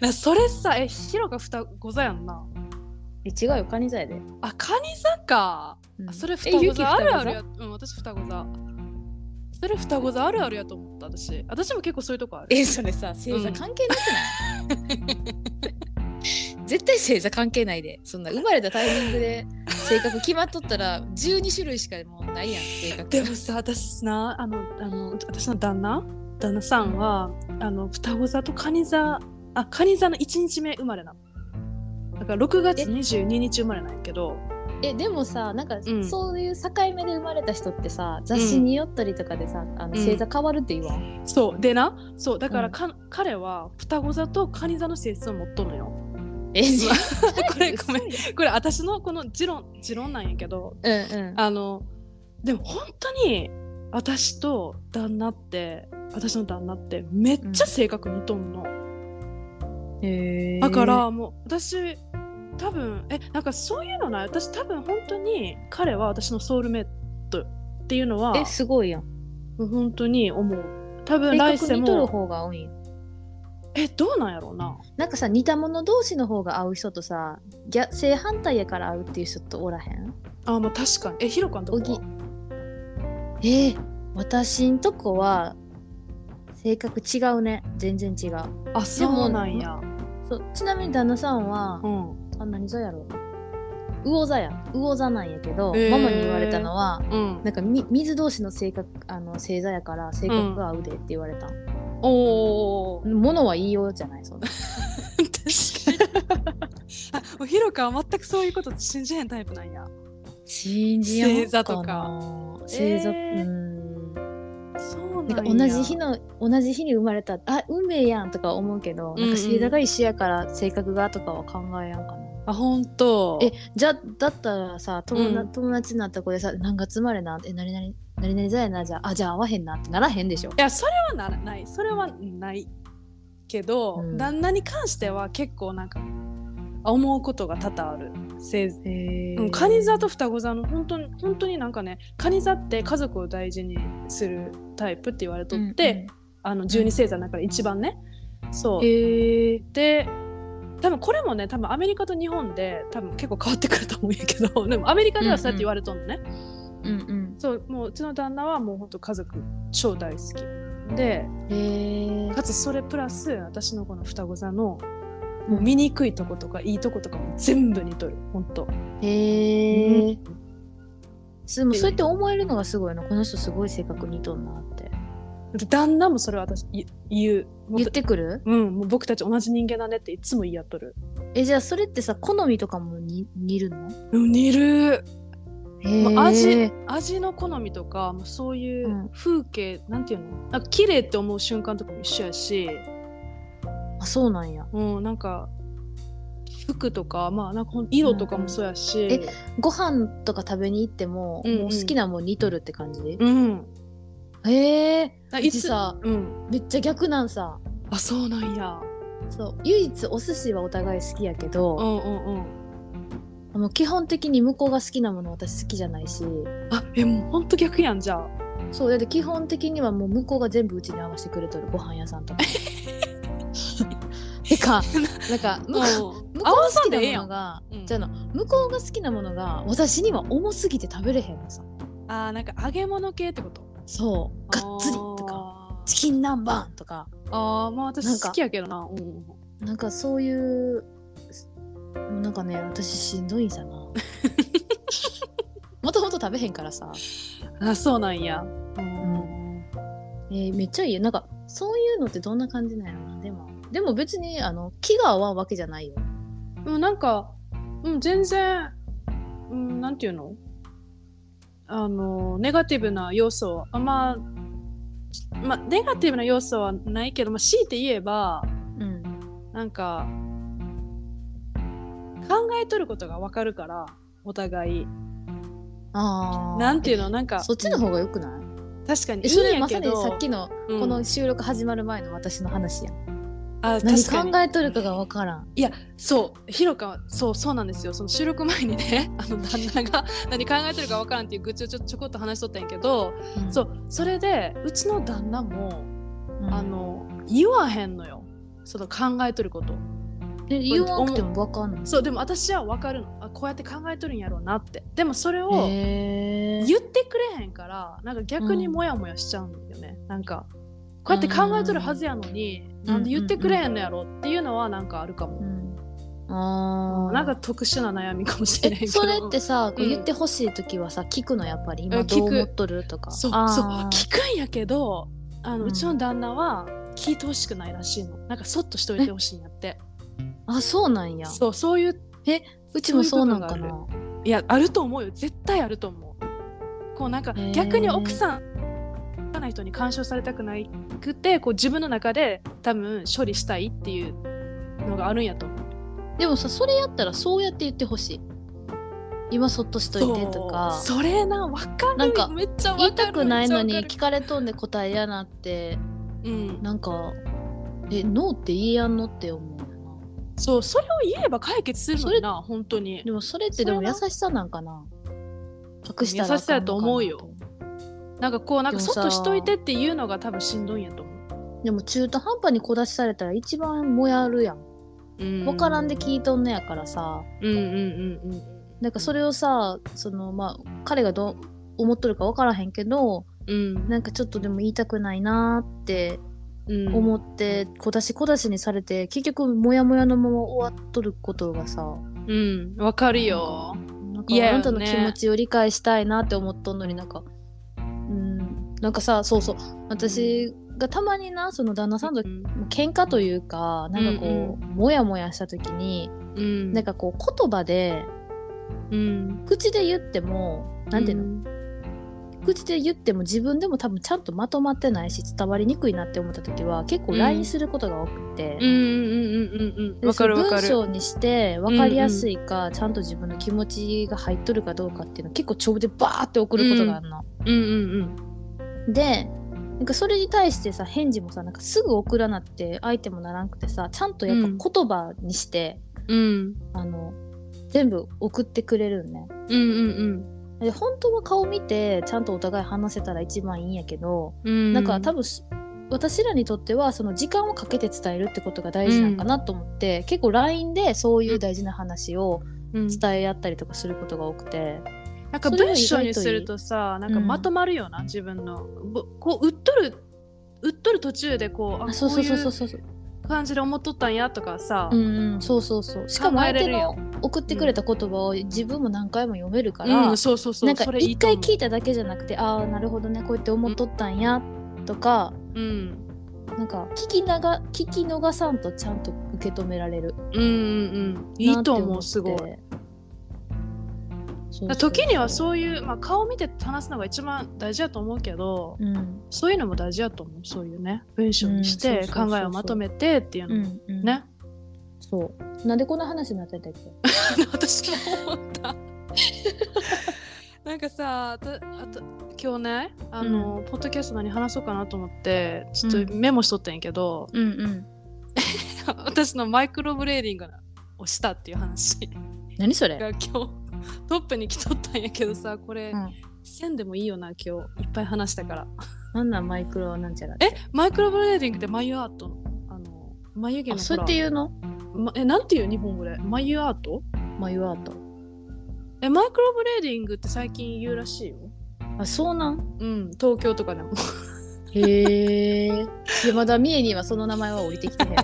[SPEAKER 1] なそれさえヒロが双子座やんな
[SPEAKER 2] え違うよカニ座やで
[SPEAKER 1] あカニ座か、あそれ双子座あるあるやうん私双子座それ双子座あるあるやと思った私私も結構そういうとこある
[SPEAKER 2] えそれさ星座関係なくない、 絶対星座関係ないでそんな生まれたタイミングで性格決まっとったら12種類しかもうないやん性格
[SPEAKER 1] でもさ私なあのあの私の旦那旦那さんはあの双子座とカニ座あカニ座の1日目生まれなのだから6月22日生まれなんやけど
[SPEAKER 2] えでもさなんか、
[SPEAKER 1] ん
[SPEAKER 2] そういう境目で生まれた人ってさ雑誌によったりとかでさ、あの
[SPEAKER 1] うん
[SPEAKER 2] 星座変わるって言わん、
[SPEAKER 1] そうでなそうだから
[SPEAKER 2] うん
[SPEAKER 1] か、彼は双子座と蟹座の性質を持っとるのよ。
[SPEAKER 2] えじゃ
[SPEAKER 1] これごめんこれ私のこの持論持論なんやけど
[SPEAKER 2] うんうん
[SPEAKER 1] あのでも本当に私と旦那って私の旦那ってめっちゃ性格似とんの、
[SPEAKER 2] へー
[SPEAKER 1] だからもう私多分えなんかそういうのない私多分本当に彼は私のソウルメイトっていうのは
[SPEAKER 2] えすごいやん
[SPEAKER 1] もう本当に思う多分来
[SPEAKER 2] 性格
[SPEAKER 1] 世
[SPEAKER 2] にとる
[SPEAKER 1] も
[SPEAKER 2] 方が多い
[SPEAKER 1] えどうなんやろうな
[SPEAKER 2] なんかさ似た者同士の方が合う人とさ逆正反対やから合うっていう人とおらへん
[SPEAKER 1] あまあ確かにえひろかんと
[SPEAKER 2] お
[SPEAKER 1] こ
[SPEAKER 2] ぎ
[SPEAKER 1] は
[SPEAKER 2] えー、私んとこは性格違うね全然違う
[SPEAKER 1] あそうなんや
[SPEAKER 2] そうちなみに旦那さんは
[SPEAKER 1] うん
[SPEAKER 2] あ何座やろ魚座や魚座なんやけど、
[SPEAKER 1] へー
[SPEAKER 2] ママに言われたのは
[SPEAKER 1] うん
[SPEAKER 2] なんかみ水同士の性格あの星座やから性格が合うでって言われた、
[SPEAKER 1] おー
[SPEAKER 2] 物は言いようじゃない そう
[SPEAKER 1] 確かに あおひろかは全くそういうこと信じへんタイプなんや
[SPEAKER 2] 信
[SPEAKER 1] じやんかな星座とか
[SPEAKER 2] 星座、
[SPEAKER 1] えー
[SPEAKER 2] うん
[SPEAKER 1] そう
[SPEAKER 2] な
[SPEAKER 1] なんん
[SPEAKER 2] か
[SPEAKER 1] や
[SPEAKER 2] 同じ日の同じ日に生まれたあ運命やんとか思うけど、
[SPEAKER 1] うんうん
[SPEAKER 2] なんか星座が一緒やから性格がとかは考えやんかな
[SPEAKER 1] あ本当
[SPEAKER 2] えじゃだったらさ友,、
[SPEAKER 1] うん
[SPEAKER 2] 友達になった子でさ何月生まれなえ何々何々座やなじゃああじゃあ合わへんなってならへんでしょ
[SPEAKER 1] いやそれはならないそれはないけど、
[SPEAKER 2] うん
[SPEAKER 1] 旦那に関しては結構なんか思うことが多々あるせい
[SPEAKER 2] へ
[SPEAKER 1] うん、カニ座と双子座の本当に本当になんかねカニ座って家族を大事にするタイプって言われとって、あの12星座の中で一番ね、そう
[SPEAKER 2] へえ
[SPEAKER 1] で多分これもね多分アメリカと日本で多分結構変わってくると思うんやけど でもアメリカではそうやって言われとんのね、
[SPEAKER 2] うん
[SPEAKER 1] そうもううちの旦那はもう本当家族超大好きで
[SPEAKER 2] うんへえ
[SPEAKER 1] かつそれプラス私のこの双子座のもう醜いとことかいいとことかも全部似とる本当
[SPEAKER 2] へえでもそうやって思えるのがすごいなこの人すごい性格似とんなって
[SPEAKER 1] で旦那もそれは私い言う僕
[SPEAKER 2] 言ってくる
[SPEAKER 1] うん、もう僕たち同じ人間だねっていつも言い合っとる。
[SPEAKER 2] えじゃあそれってさ好みとかもに似るの
[SPEAKER 1] うん、似る。
[SPEAKER 2] へ
[SPEAKER 1] まあ味
[SPEAKER 2] え
[SPEAKER 1] 味の好みとか、もうそういう
[SPEAKER 2] うん
[SPEAKER 1] う風景、なんていうのなんか綺麗って思う瞬間とかも一緒やし、
[SPEAKER 2] あそうなんや
[SPEAKER 1] うん、なんか、服とか、まあ、なんかほん色とかもそうやし、
[SPEAKER 2] えご飯とか食べに行っても,、
[SPEAKER 1] うんうん
[SPEAKER 2] もう好きなもん似とるって感じ、
[SPEAKER 1] うん。
[SPEAKER 2] へえ
[SPEAKER 1] あ
[SPEAKER 2] うちさ
[SPEAKER 1] うん。
[SPEAKER 2] めっちゃ逆なんさ
[SPEAKER 1] あ、そうなんや。
[SPEAKER 2] そう唯一お寿司はお互い好きやけ
[SPEAKER 1] う
[SPEAKER 2] ど、
[SPEAKER 1] んうんうん。
[SPEAKER 2] もう基本的に向こうが好きなもの私好きじゃないし
[SPEAKER 1] あ、え、もうほんと逆やん、じゃあ。
[SPEAKER 2] そうだって基本的にはもう向こうが全部うちに合わせてくれとるご飯屋さ んとか。てかなんか向こう
[SPEAKER 1] うん
[SPEAKER 2] 向こ
[SPEAKER 1] 合
[SPEAKER 2] う
[SPEAKER 1] わ
[SPEAKER 2] が
[SPEAKER 1] さ
[SPEAKER 2] 好
[SPEAKER 1] んで
[SPEAKER 2] き
[SPEAKER 1] ええ
[SPEAKER 2] な
[SPEAKER 1] や
[SPEAKER 2] もの
[SPEAKER 1] ん。
[SPEAKER 2] が、
[SPEAKER 1] うん
[SPEAKER 2] じゃあの向こうが好きなものが私には重すぎて食べれへんのさ
[SPEAKER 1] あー、なんか揚げ物系ってこと
[SPEAKER 2] そうがっつりとか
[SPEAKER 1] か
[SPEAKER 2] チキン南蛮とか
[SPEAKER 1] あー、まあ私好きやけどな。うんうんうん。
[SPEAKER 2] なんかそういうなんかね私しんどいんさな もともと食べへんからさ、
[SPEAKER 1] あそうなんや。
[SPEAKER 2] えーめっちゃいいよなんかそういうのってどんな感じなんやろなでもでも別にあの気が合わんわけじゃないよ
[SPEAKER 1] でもなんか、うん、全然、うん、なんていうのあのネガティブな要素はあまあ、まあ、ネガティブな要素はないけど、まあ、強いて言えば
[SPEAKER 2] うん
[SPEAKER 1] なんか考えとることがわかるからお互い
[SPEAKER 2] あー
[SPEAKER 1] なんていうのなんか
[SPEAKER 2] そっちの方がよくない、
[SPEAKER 1] 確かに
[SPEAKER 2] え
[SPEAKER 1] い
[SPEAKER 2] そ
[SPEAKER 1] い
[SPEAKER 2] れ
[SPEAKER 1] んや
[SPEAKER 2] ま
[SPEAKER 1] け
[SPEAKER 2] さに
[SPEAKER 1] ど
[SPEAKER 2] さっきの
[SPEAKER 1] うん
[SPEAKER 2] この収録始まる前の私の話やん、
[SPEAKER 1] あ
[SPEAKER 2] 何
[SPEAKER 1] 確かに
[SPEAKER 2] 考えとるかがわからん
[SPEAKER 1] いやそうひろかそうそうなんですよその収録前にね あの旦那が何考えてるかわからんっていう愚痴をちょちょこっと話しとったんやけど、そ、うそれでうちの旦那も、
[SPEAKER 2] うん
[SPEAKER 1] あの言わへんのよその考えとること
[SPEAKER 2] で言わなくてもわかんない
[SPEAKER 1] そうでも私は分かるのあこうやって考えとるんやろうなってでもそれを
[SPEAKER 2] へー
[SPEAKER 1] 言ってくれへんからなんか逆にモヤモヤしちゃうんだよね、なんかこうやって考えとるはずやのに、
[SPEAKER 2] ん
[SPEAKER 1] なんで言ってくれへんのやろっていうのはなんかあるかも
[SPEAKER 2] う、んあー
[SPEAKER 1] なんか特殊な悩みかもしれないけ
[SPEAKER 2] え
[SPEAKER 1] ど
[SPEAKER 2] それってさ、こう
[SPEAKER 1] うん
[SPEAKER 2] 言ってほしい時はさ聞くのやっぱり
[SPEAKER 1] う
[SPEAKER 2] 今
[SPEAKER 1] ん
[SPEAKER 2] ど
[SPEAKER 1] 聞
[SPEAKER 2] う
[SPEAKER 1] く
[SPEAKER 2] 思っとるとか
[SPEAKER 1] そう
[SPEAKER 2] あー
[SPEAKER 1] そう聞くんやけどあの、う
[SPEAKER 2] う
[SPEAKER 1] んちの旦那は聞いてほしくないらしいのなんかそっとしといてほしいんやって
[SPEAKER 2] あそうなんや
[SPEAKER 1] そうそういう
[SPEAKER 2] うちもそうなんか
[SPEAKER 1] そういう部
[SPEAKER 2] な
[SPEAKER 1] いやあると思うよ絶対あると思うこうなんか
[SPEAKER 2] へー
[SPEAKER 1] 逆に奥さん好きな人に干渉されたくないくてこう自分の中で多分処理したいっていうのがあるんやと思う
[SPEAKER 2] でもさそれやったらそうやって言ってほしい今そっとしといてとか
[SPEAKER 1] そうそれなわかる
[SPEAKER 2] なんか
[SPEAKER 1] めっちゃわかる
[SPEAKER 2] 言いたくないの
[SPEAKER 1] め
[SPEAKER 2] に
[SPEAKER 1] っち
[SPEAKER 2] 聞かれとんで答えやなって
[SPEAKER 1] ゃわかるうん、
[SPEAKER 2] なんかえノーって言いやんのって思うよな
[SPEAKER 1] そうそれを言えば解決するのにな本当に
[SPEAKER 2] でもそれってでも優しさなんかな隠したら
[SPEAKER 1] 優しさやと思うよなんかこうなんか
[SPEAKER 2] でも
[SPEAKER 1] そ
[SPEAKER 2] さ
[SPEAKER 1] っとしといてっていうのが多分しんどいんやと思
[SPEAKER 2] でも中途半端に小出しされたら一番もやるやん
[SPEAKER 1] う
[SPEAKER 2] 分からんで
[SPEAKER 1] き
[SPEAKER 2] 聞いとんのやからさ
[SPEAKER 1] うんうんうんうん
[SPEAKER 2] なんかそれをさそのまあ彼がどう思っとるか分からへんけど
[SPEAKER 1] うん
[SPEAKER 2] なんかちょっとでも言いたくないなーって
[SPEAKER 1] うん
[SPEAKER 2] 思って小出し小出しにされて結局モヤモヤのまま終わっとることがさ
[SPEAKER 1] うんわかるよ
[SPEAKER 2] なん
[SPEAKER 1] 嫌
[SPEAKER 2] か
[SPEAKER 1] よね
[SPEAKER 2] あなたの気持ちを理解したいなって思っとんのになんかうんなんかさそうそう私がたまになその旦那さんと
[SPEAKER 1] うん
[SPEAKER 2] 喧嘩というかなんかこう、
[SPEAKER 1] うん
[SPEAKER 2] モヤモヤした時に
[SPEAKER 1] うん
[SPEAKER 2] なんかこう言葉で
[SPEAKER 1] うん
[SPEAKER 2] 口で言ってもなんていうの、
[SPEAKER 1] の
[SPEAKER 2] 口で言っても自分でも多分ちゃんとまとまってないし伝わりにくいなって思った時は結構
[SPEAKER 1] うん
[SPEAKER 2] LINE することが多くて。
[SPEAKER 1] うんうんうんうんうん
[SPEAKER 2] で
[SPEAKER 1] わかるわか
[SPEAKER 2] その
[SPEAKER 1] る
[SPEAKER 2] 文章にして分かりやすいか、ちゃんと自分の気持ちが入っとるかどうかっていうの結構帳でバーって送ることがあるの。
[SPEAKER 1] うんうん
[SPEAKER 2] でなんかそれに対してさ返事もさなんかすぐ送らなって相手もならんくてさちゃんとやっぱ
[SPEAKER 1] うん
[SPEAKER 2] 言葉にして、
[SPEAKER 1] うんうん
[SPEAKER 2] あの全部送ってくれるんね。
[SPEAKER 1] うんうん
[SPEAKER 2] で本当は顔見てちゃんとお互い話せたら一番いいんやけど、
[SPEAKER 1] うん
[SPEAKER 2] なんか多分す私らにとってはその時間をかけて伝えるってことが大事なんかなと思って、結構 LINE でそういう大事な話を
[SPEAKER 1] うん
[SPEAKER 2] 伝え合ったりとかすることが多くて、
[SPEAKER 1] なんか文章にするとさなんかまとまるよな自分のぼこう売っとる売っとる途中でこうあ
[SPEAKER 2] あそう
[SPEAKER 1] こ
[SPEAKER 2] そううそうそ
[SPEAKER 1] いう
[SPEAKER 2] うそう
[SPEAKER 1] 感じで思っとったんやとかさ
[SPEAKER 2] うんうんそうそうそうしかも
[SPEAKER 1] 考え
[SPEAKER 2] 相
[SPEAKER 1] れ
[SPEAKER 2] 手
[SPEAKER 1] るよ
[SPEAKER 2] の送ってくれた言葉を自分も何回も読めるから、
[SPEAKER 1] うんそうそうそう
[SPEAKER 2] なんか
[SPEAKER 1] それい
[SPEAKER 2] 一
[SPEAKER 1] いと
[SPEAKER 2] 回
[SPEAKER 1] 思う
[SPEAKER 2] 聞いただけじゃなくてああなるほどねこうやって思っとったんやとか、
[SPEAKER 1] うん
[SPEAKER 2] なんか聞きなが聞き逃さんとちゃんと受け止められる
[SPEAKER 1] うんうんうんいいと思うすごい
[SPEAKER 2] そうそう
[SPEAKER 1] 時にはそういう、まあ、顔見て話すのが一番大事だと思うけど
[SPEAKER 2] うんうん
[SPEAKER 1] そういうのも大事だと思うそういうね文章にし
[SPEAKER 2] う
[SPEAKER 1] て
[SPEAKER 2] んそうそうそうそう
[SPEAKER 1] 考えをまとめてっていうの
[SPEAKER 2] う
[SPEAKER 1] も
[SPEAKER 2] んうん
[SPEAKER 1] ね、
[SPEAKER 2] そうなんでこんな話になってたっけ
[SPEAKER 1] 私も思った なんかさあとあと今日ねあの、ポッドキャスト何話そうかなと思ってちょっとメモしとったんやけど、
[SPEAKER 2] うんうん
[SPEAKER 1] 私のマイクロブレーディングをしたっていう話
[SPEAKER 2] 何それ
[SPEAKER 1] が今日トップに来とったんやけどさこれ、
[SPEAKER 2] うん
[SPEAKER 1] せんでもいいよな今日いっぱい話したから
[SPEAKER 2] なんなんマイクロなんちゃらって
[SPEAKER 1] えマイクロブレーディングって眉アートのあの眉毛のほ
[SPEAKER 2] あ
[SPEAKER 1] ら
[SPEAKER 2] そうやって言うの
[SPEAKER 1] まえなんていう日本語で眉アート
[SPEAKER 2] 眉アート
[SPEAKER 1] えマイクロブレーディングって最近言うらしいよ
[SPEAKER 2] あそうなん
[SPEAKER 1] うん東京とかでも
[SPEAKER 2] へえいやまだ三重にはその名前は降りてきてへん わ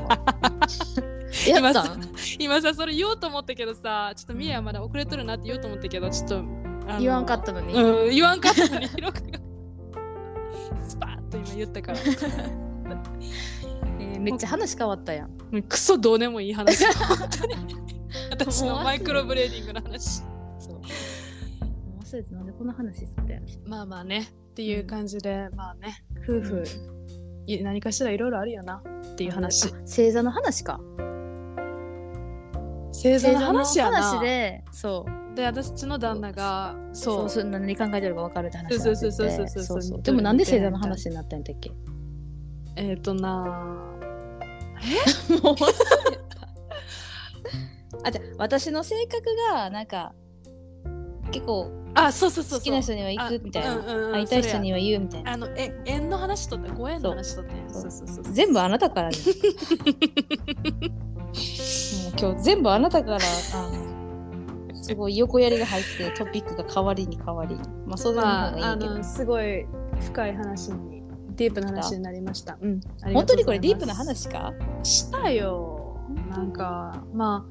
[SPEAKER 2] やったん
[SPEAKER 1] 今さそれ言おうと思ったけどさちょっとミエはまだ遅れとるなって言おうと思ったけどちょっとあの
[SPEAKER 2] 言わんかったのに、
[SPEAKER 1] うん言わんかったのにヒロ君がスパッと今言ったから
[SPEAKER 2] えーめっちゃ話変わったやん
[SPEAKER 1] もうクソどうでもいい 話本当に私
[SPEAKER 2] もう忘
[SPEAKER 1] の
[SPEAKER 2] れ
[SPEAKER 1] マイクロブレーディングの話
[SPEAKER 2] そう忘れてなんでこんな話してん
[SPEAKER 1] まあまあねっていう感じで、まあね夫婦い何かしらいろいろあるよなっていう話
[SPEAKER 2] 星座の話か
[SPEAKER 1] 星座の話やな
[SPEAKER 2] 星座の話でそう
[SPEAKER 1] で私の旦那が
[SPEAKER 2] そ
[SPEAKER 1] そうう
[SPEAKER 2] そう何考えてるか分かるって話になってて
[SPEAKER 1] そうそうそうそうそう
[SPEAKER 2] でもなんで星座の話になったんだっけ
[SPEAKER 1] えっ、とな
[SPEAKER 2] もう忘れたあじゃあ私の性格がなんか結構
[SPEAKER 1] あそうそうそうそう
[SPEAKER 2] 好きな人には行
[SPEAKER 1] あ
[SPEAKER 2] くみたいな
[SPEAKER 1] うんうんうん
[SPEAKER 2] 会いたい人
[SPEAKER 1] それ
[SPEAKER 2] には言うみたい
[SPEAKER 1] や
[SPEAKER 2] な
[SPEAKER 1] あのえ縁の話とってご縁の話とって
[SPEAKER 2] そ
[SPEAKER 1] そううそうそうそう
[SPEAKER 2] 全部あな たからねもう今日全部あなたからあのすごい横やりが入ってトピックが変わりに変わりまあそれの
[SPEAKER 1] ま
[SPEAKER 2] 方
[SPEAKER 1] あ
[SPEAKER 2] がい
[SPEAKER 1] あ
[SPEAKER 2] いけど、
[SPEAKER 1] のすごい深い話にディープな話になりましたうんありが
[SPEAKER 2] 本
[SPEAKER 1] と
[SPEAKER 2] 当
[SPEAKER 1] うございま
[SPEAKER 2] にこれ
[SPEAKER 1] す
[SPEAKER 2] ディープな話か
[SPEAKER 1] したよなんかま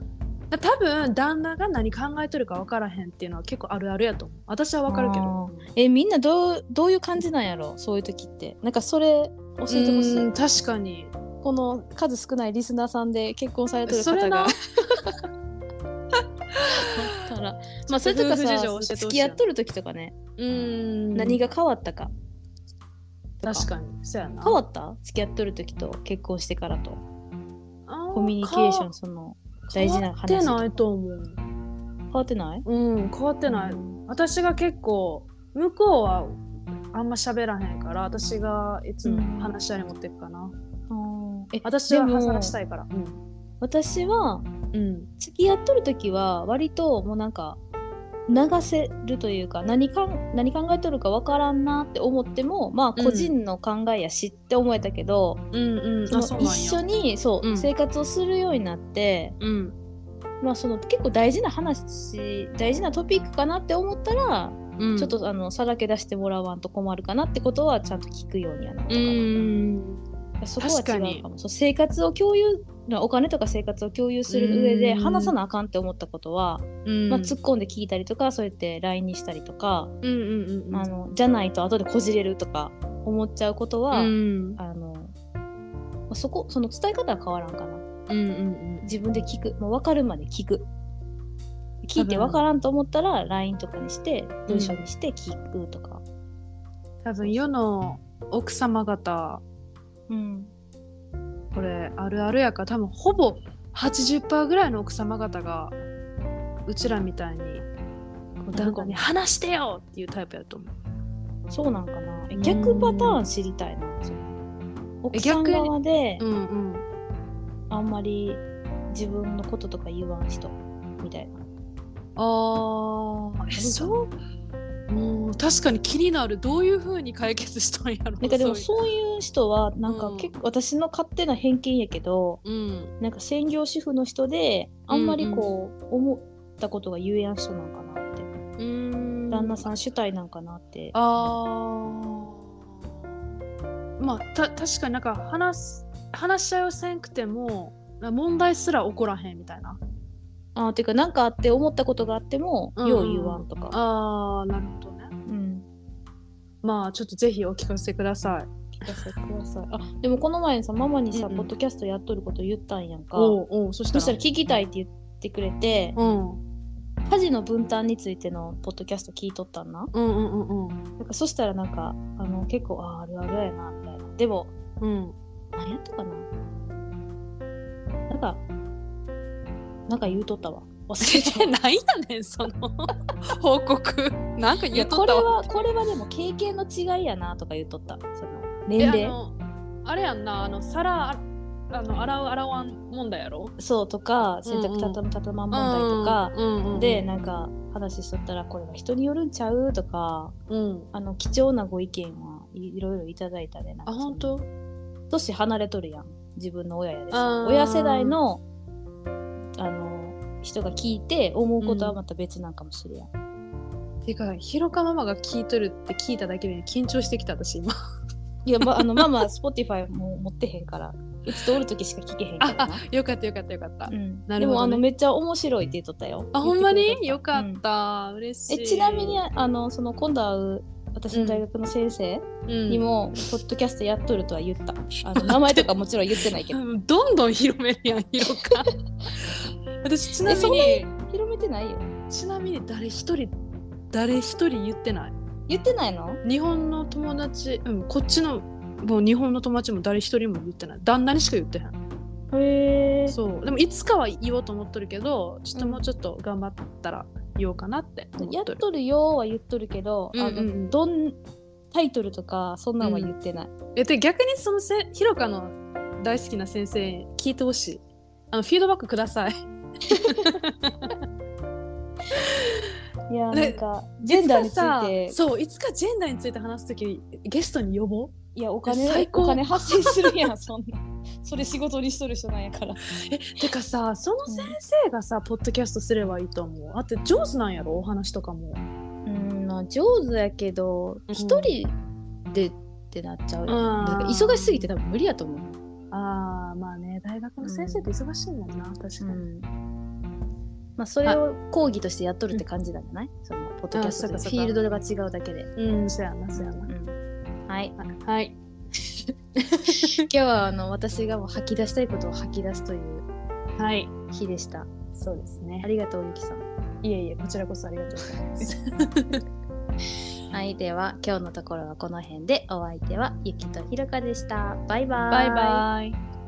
[SPEAKER 1] あ多分旦那が何考えとるか分からへんっていうのは結構あるあるやと思う私は分かるけど
[SPEAKER 2] あーえみんなどうどういう感じなんやろそういう時ってなんかそれ教えてほし
[SPEAKER 1] う
[SPEAKER 2] い
[SPEAKER 1] ん確かに
[SPEAKER 2] この数少ないリスナーさんで結婚されてる
[SPEAKER 1] そ
[SPEAKER 2] 方
[SPEAKER 1] れな
[SPEAKER 2] が
[SPEAKER 1] なら。まあ、それとかさ、
[SPEAKER 2] 付き合っとる時とかね、
[SPEAKER 1] うーん。
[SPEAKER 2] 何が変わったかと
[SPEAKER 1] 確かに。そうやな。
[SPEAKER 2] 変わった付き合っとる時と結婚してからと
[SPEAKER 1] あ
[SPEAKER 2] コミュニケーションその大事な話
[SPEAKER 1] 変わってないと思う。
[SPEAKER 2] 変わってない
[SPEAKER 1] うん、変わってない。私が結構、向こうはあんま喋らへんから、私がいつも話し合いに持っていくかな。
[SPEAKER 2] うんえ
[SPEAKER 1] 私は
[SPEAKER 2] でも
[SPEAKER 1] 話したいから。うん。
[SPEAKER 2] 私は
[SPEAKER 1] うん。
[SPEAKER 2] 付き合っとる時は割ともうなんか流せるというか何かん何考えとるかわからんなって思ってもま
[SPEAKER 1] う
[SPEAKER 2] あ
[SPEAKER 1] ん
[SPEAKER 2] 個人の考えやしって思えたけど、
[SPEAKER 1] うんうん。あ、
[SPEAKER 2] その
[SPEAKER 1] そうなんや。
[SPEAKER 2] 一緒。にそう、
[SPEAKER 1] うん
[SPEAKER 2] 生活をするようになって、
[SPEAKER 1] うん。
[SPEAKER 2] まあ、その結構大事な話大事なトピックかなって思ったら、
[SPEAKER 1] うん、
[SPEAKER 2] ちょっ。とあのさらけ出してもらわんと困るかなってことはちゃんと聞くようにはなった
[SPEAKER 1] う
[SPEAKER 2] かな。
[SPEAKER 1] ん。
[SPEAKER 2] そこは違うか
[SPEAKER 1] 確
[SPEAKER 2] もそう生活を共有お金とか生活を共有する上で
[SPEAKER 1] うん
[SPEAKER 2] 話さなあかんって思ったことは、
[SPEAKER 1] うん。
[SPEAKER 2] まあ、突っ込んで聞いたりとかそうやって LINE にしたりとか、
[SPEAKER 1] うんうんうんうん。
[SPEAKER 2] あのじゃないと後でこじれるとか思っちゃうことは、
[SPEAKER 1] うん。
[SPEAKER 2] あのまあそこその伝え方は変わらんかな
[SPEAKER 1] うんうん
[SPEAKER 2] 自分で聞くもう分かるまで聞く聞いて
[SPEAKER 1] 多分
[SPEAKER 2] 分からんと思ったら LINE とかにして文章にして聞くとか、
[SPEAKER 1] うん。多分世の奥様方、
[SPEAKER 2] うん
[SPEAKER 1] これあるあるやから、多分ほぼ80%ぐらいの奥様方が、うちらみたいに、お
[SPEAKER 2] なん
[SPEAKER 1] 団
[SPEAKER 2] か
[SPEAKER 1] 子
[SPEAKER 2] ね
[SPEAKER 1] に話してよっていうタイプやと思う。
[SPEAKER 2] そうなんかなえ
[SPEAKER 1] うん
[SPEAKER 2] 逆パターン知りたいなその奥さん
[SPEAKER 1] 逆に
[SPEAKER 2] 側で、
[SPEAKER 1] うんうん。
[SPEAKER 2] あんまり自分のこととか言わん人みたいな。
[SPEAKER 1] ああ、え
[SPEAKER 2] そ
[SPEAKER 1] そう。うん、確かに気になる。どういう風に解決したんやろ。
[SPEAKER 2] なんかでも
[SPEAKER 1] そう
[SPEAKER 2] そういう人はなんか
[SPEAKER 1] うん
[SPEAKER 2] 結構私の勝手な偏見やけど
[SPEAKER 1] いう。うん。
[SPEAKER 2] なんか専業主婦の人であんまりこう思ったことが言えやん人なんかなって
[SPEAKER 1] うーん。
[SPEAKER 2] 旦那さん主体なんかなって
[SPEAKER 1] ああ。まあ、た、確かになんか話す、話し合いをせんくても、な問題すら起こらへんみたいな。
[SPEAKER 2] あーていうか何かあって思ったことがあっても
[SPEAKER 1] うん
[SPEAKER 2] よう言わんとか、
[SPEAKER 1] ああ、なるほどね
[SPEAKER 2] う。ん、
[SPEAKER 1] まあ、ちょっとぜひお聞かせください。
[SPEAKER 2] 聞かせてくださいあでもこの前さママにさ、
[SPEAKER 1] うんうん
[SPEAKER 2] ポッドキャストやっとること言ったんやんか
[SPEAKER 1] おうおう、そした
[SPEAKER 2] そ
[SPEAKER 1] ら。
[SPEAKER 2] したら聞きたいって言ってくれて
[SPEAKER 1] うん。
[SPEAKER 2] 家事の分担についてのポッドキャスト聞いとったんな
[SPEAKER 1] うんうんうんうん。
[SPEAKER 2] なんかそしたらなんかあの結構あーあるあるやなみたいなでも
[SPEAKER 1] うん。
[SPEAKER 2] 何やったかななんかなんか言うとったわ忘れ た
[SPEAKER 1] なんやねん、その報告。なんか
[SPEAKER 2] い
[SPEAKER 1] 言
[SPEAKER 2] や
[SPEAKER 1] っと
[SPEAKER 2] こ
[SPEAKER 1] っ
[SPEAKER 2] れ
[SPEAKER 1] たわ。
[SPEAKER 2] はこれはでも経験の違いやなとか言うとったその
[SPEAKER 1] え
[SPEAKER 2] 年
[SPEAKER 1] あ
[SPEAKER 2] 齢
[SPEAKER 1] のあれやんなあの皿ああの洗う洗わん問題やろ
[SPEAKER 2] そうとか
[SPEAKER 1] う
[SPEAKER 2] 洗
[SPEAKER 1] んう
[SPEAKER 2] 濯
[SPEAKER 1] ん
[SPEAKER 2] たたむたたまん問題とか、
[SPEAKER 1] うんうんうん、
[SPEAKER 2] でなんか話しとったらこれは人によるんちゃうとか
[SPEAKER 1] うん、
[SPEAKER 2] あの貴重なご意見はいいろいろいただいたでなん
[SPEAKER 1] あ
[SPEAKER 2] かその
[SPEAKER 1] 本当
[SPEAKER 2] 年離れとるやん自分の親やで
[SPEAKER 1] あ
[SPEAKER 2] さ
[SPEAKER 1] ー
[SPEAKER 2] 親世代のあの人が聞いて思うことはまた別なんかもしれやん、
[SPEAKER 1] てかひろかママが聞いとるって聞いただけで緊張してきた私今
[SPEAKER 2] いや、ま、あのママ Spotify も持ってへんからうちとおる時しか聞けへんからな、
[SPEAKER 1] よかったよかったよかった、
[SPEAKER 2] うん
[SPEAKER 1] な
[SPEAKER 2] で
[SPEAKER 1] るほどね
[SPEAKER 2] もあのめっちゃ面白いって言っとったよ
[SPEAKER 1] あほんま
[SPEAKER 2] 言てく
[SPEAKER 1] に
[SPEAKER 2] れ
[SPEAKER 1] よ
[SPEAKER 2] と
[SPEAKER 1] か
[SPEAKER 2] うん
[SPEAKER 1] った、嬉しい
[SPEAKER 2] えちなみにあのその今度会う私の大学の先生
[SPEAKER 1] うん
[SPEAKER 2] にも、ポッドキャストやっとるとは言ったあの名前とかもちろん言ってないけど
[SPEAKER 1] うんどんどん広めるやんひろか 私ちなみ
[SPEAKER 2] え
[SPEAKER 1] に
[SPEAKER 2] 広めてないよ
[SPEAKER 1] ちなみに誰一人誰一人言ってない
[SPEAKER 2] 言ってないの
[SPEAKER 1] 日本の友達うんこっちのもう日本の友達も誰一人も言ってない旦那にしか言ってへん
[SPEAKER 2] へえ
[SPEAKER 1] そうでもいつかは言おうと思っとるけどちょっともうちょっと頑張ったら言おうかなって思
[SPEAKER 2] や
[SPEAKER 1] っ
[SPEAKER 2] っ
[SPEAKER 1] とる
[SPEAKER 2] とるよーは言っとるけど、
[SPEAKER 1] うんうんうん
[SPEAKER 2] あのどんタイトルとかそんなんは言ってない、
[SPEAKER 1] えで逆にそのせひろかの大好きな先生に聞いてほしいあのフィードバックくだ さい
[SPEAKER 2] いやーな
[SPEAKER 1] で
[SPEAKER 2] んかジェンダーについ
[SPEAKER 1] つかさ
[SPEAKER 2] て
[SPEAKER 1] そういつかジェンダーについて話す時ゲストに呼ぼう
[SPEAKER 2] いや お金
[SPEAKER 1] 最高
[SPEAKER 2] お金発生するやんそんなそれ仕事にしとる人なんやから
[SPEAKER 1] えてかさその先生がさ、ポッドキャストすればいいと思うあって上手なんやろお話とかも
[SPEAKER 2] うんまあ上手やけど
[SPEAKER 1] うん
[SPEAKER 2] 一人でってなっちゃうよ、
[SPEAKER 1] うん
[SPEAKER 2] なんか忙しすぎて多分無理やと思う、
[SPEAKER 1] ああまあね大学の先生って忙しいもんな、確かに、
[SPEAKER 2] まあ、それを講義としてやっとるって感じなんじゃない、そのポッドキャストと
[SPEAKER 1] あそうかそ
[SPEAKER 2] フ
[SPEAKER 1] うか
[SPEAKER 2] ィールドが違うだけで、
[SPEAKER 1] うん、そうやな、そうやな。
[SPEAKER 2] うん はい
[SPEAKER 1] はい。
[SPEAKER 2] 今日はあの私がもう吐き出したいことを吐き出すという
[SPEAKER 1] はい。
[SPEAKER 2] 日でした。
[SPEAKER 1] そうですね
[SPEAKER 2] あ。りがとう、ゆきさん。
[SPEAKER 1] いえいえ、こちらこそありがとうございます。
[SPEAKER 2] はい、では今日のところはこの辺でお相手はゆきとひろかでした。バイバイ。
[SPEAKER 1] バイバイ。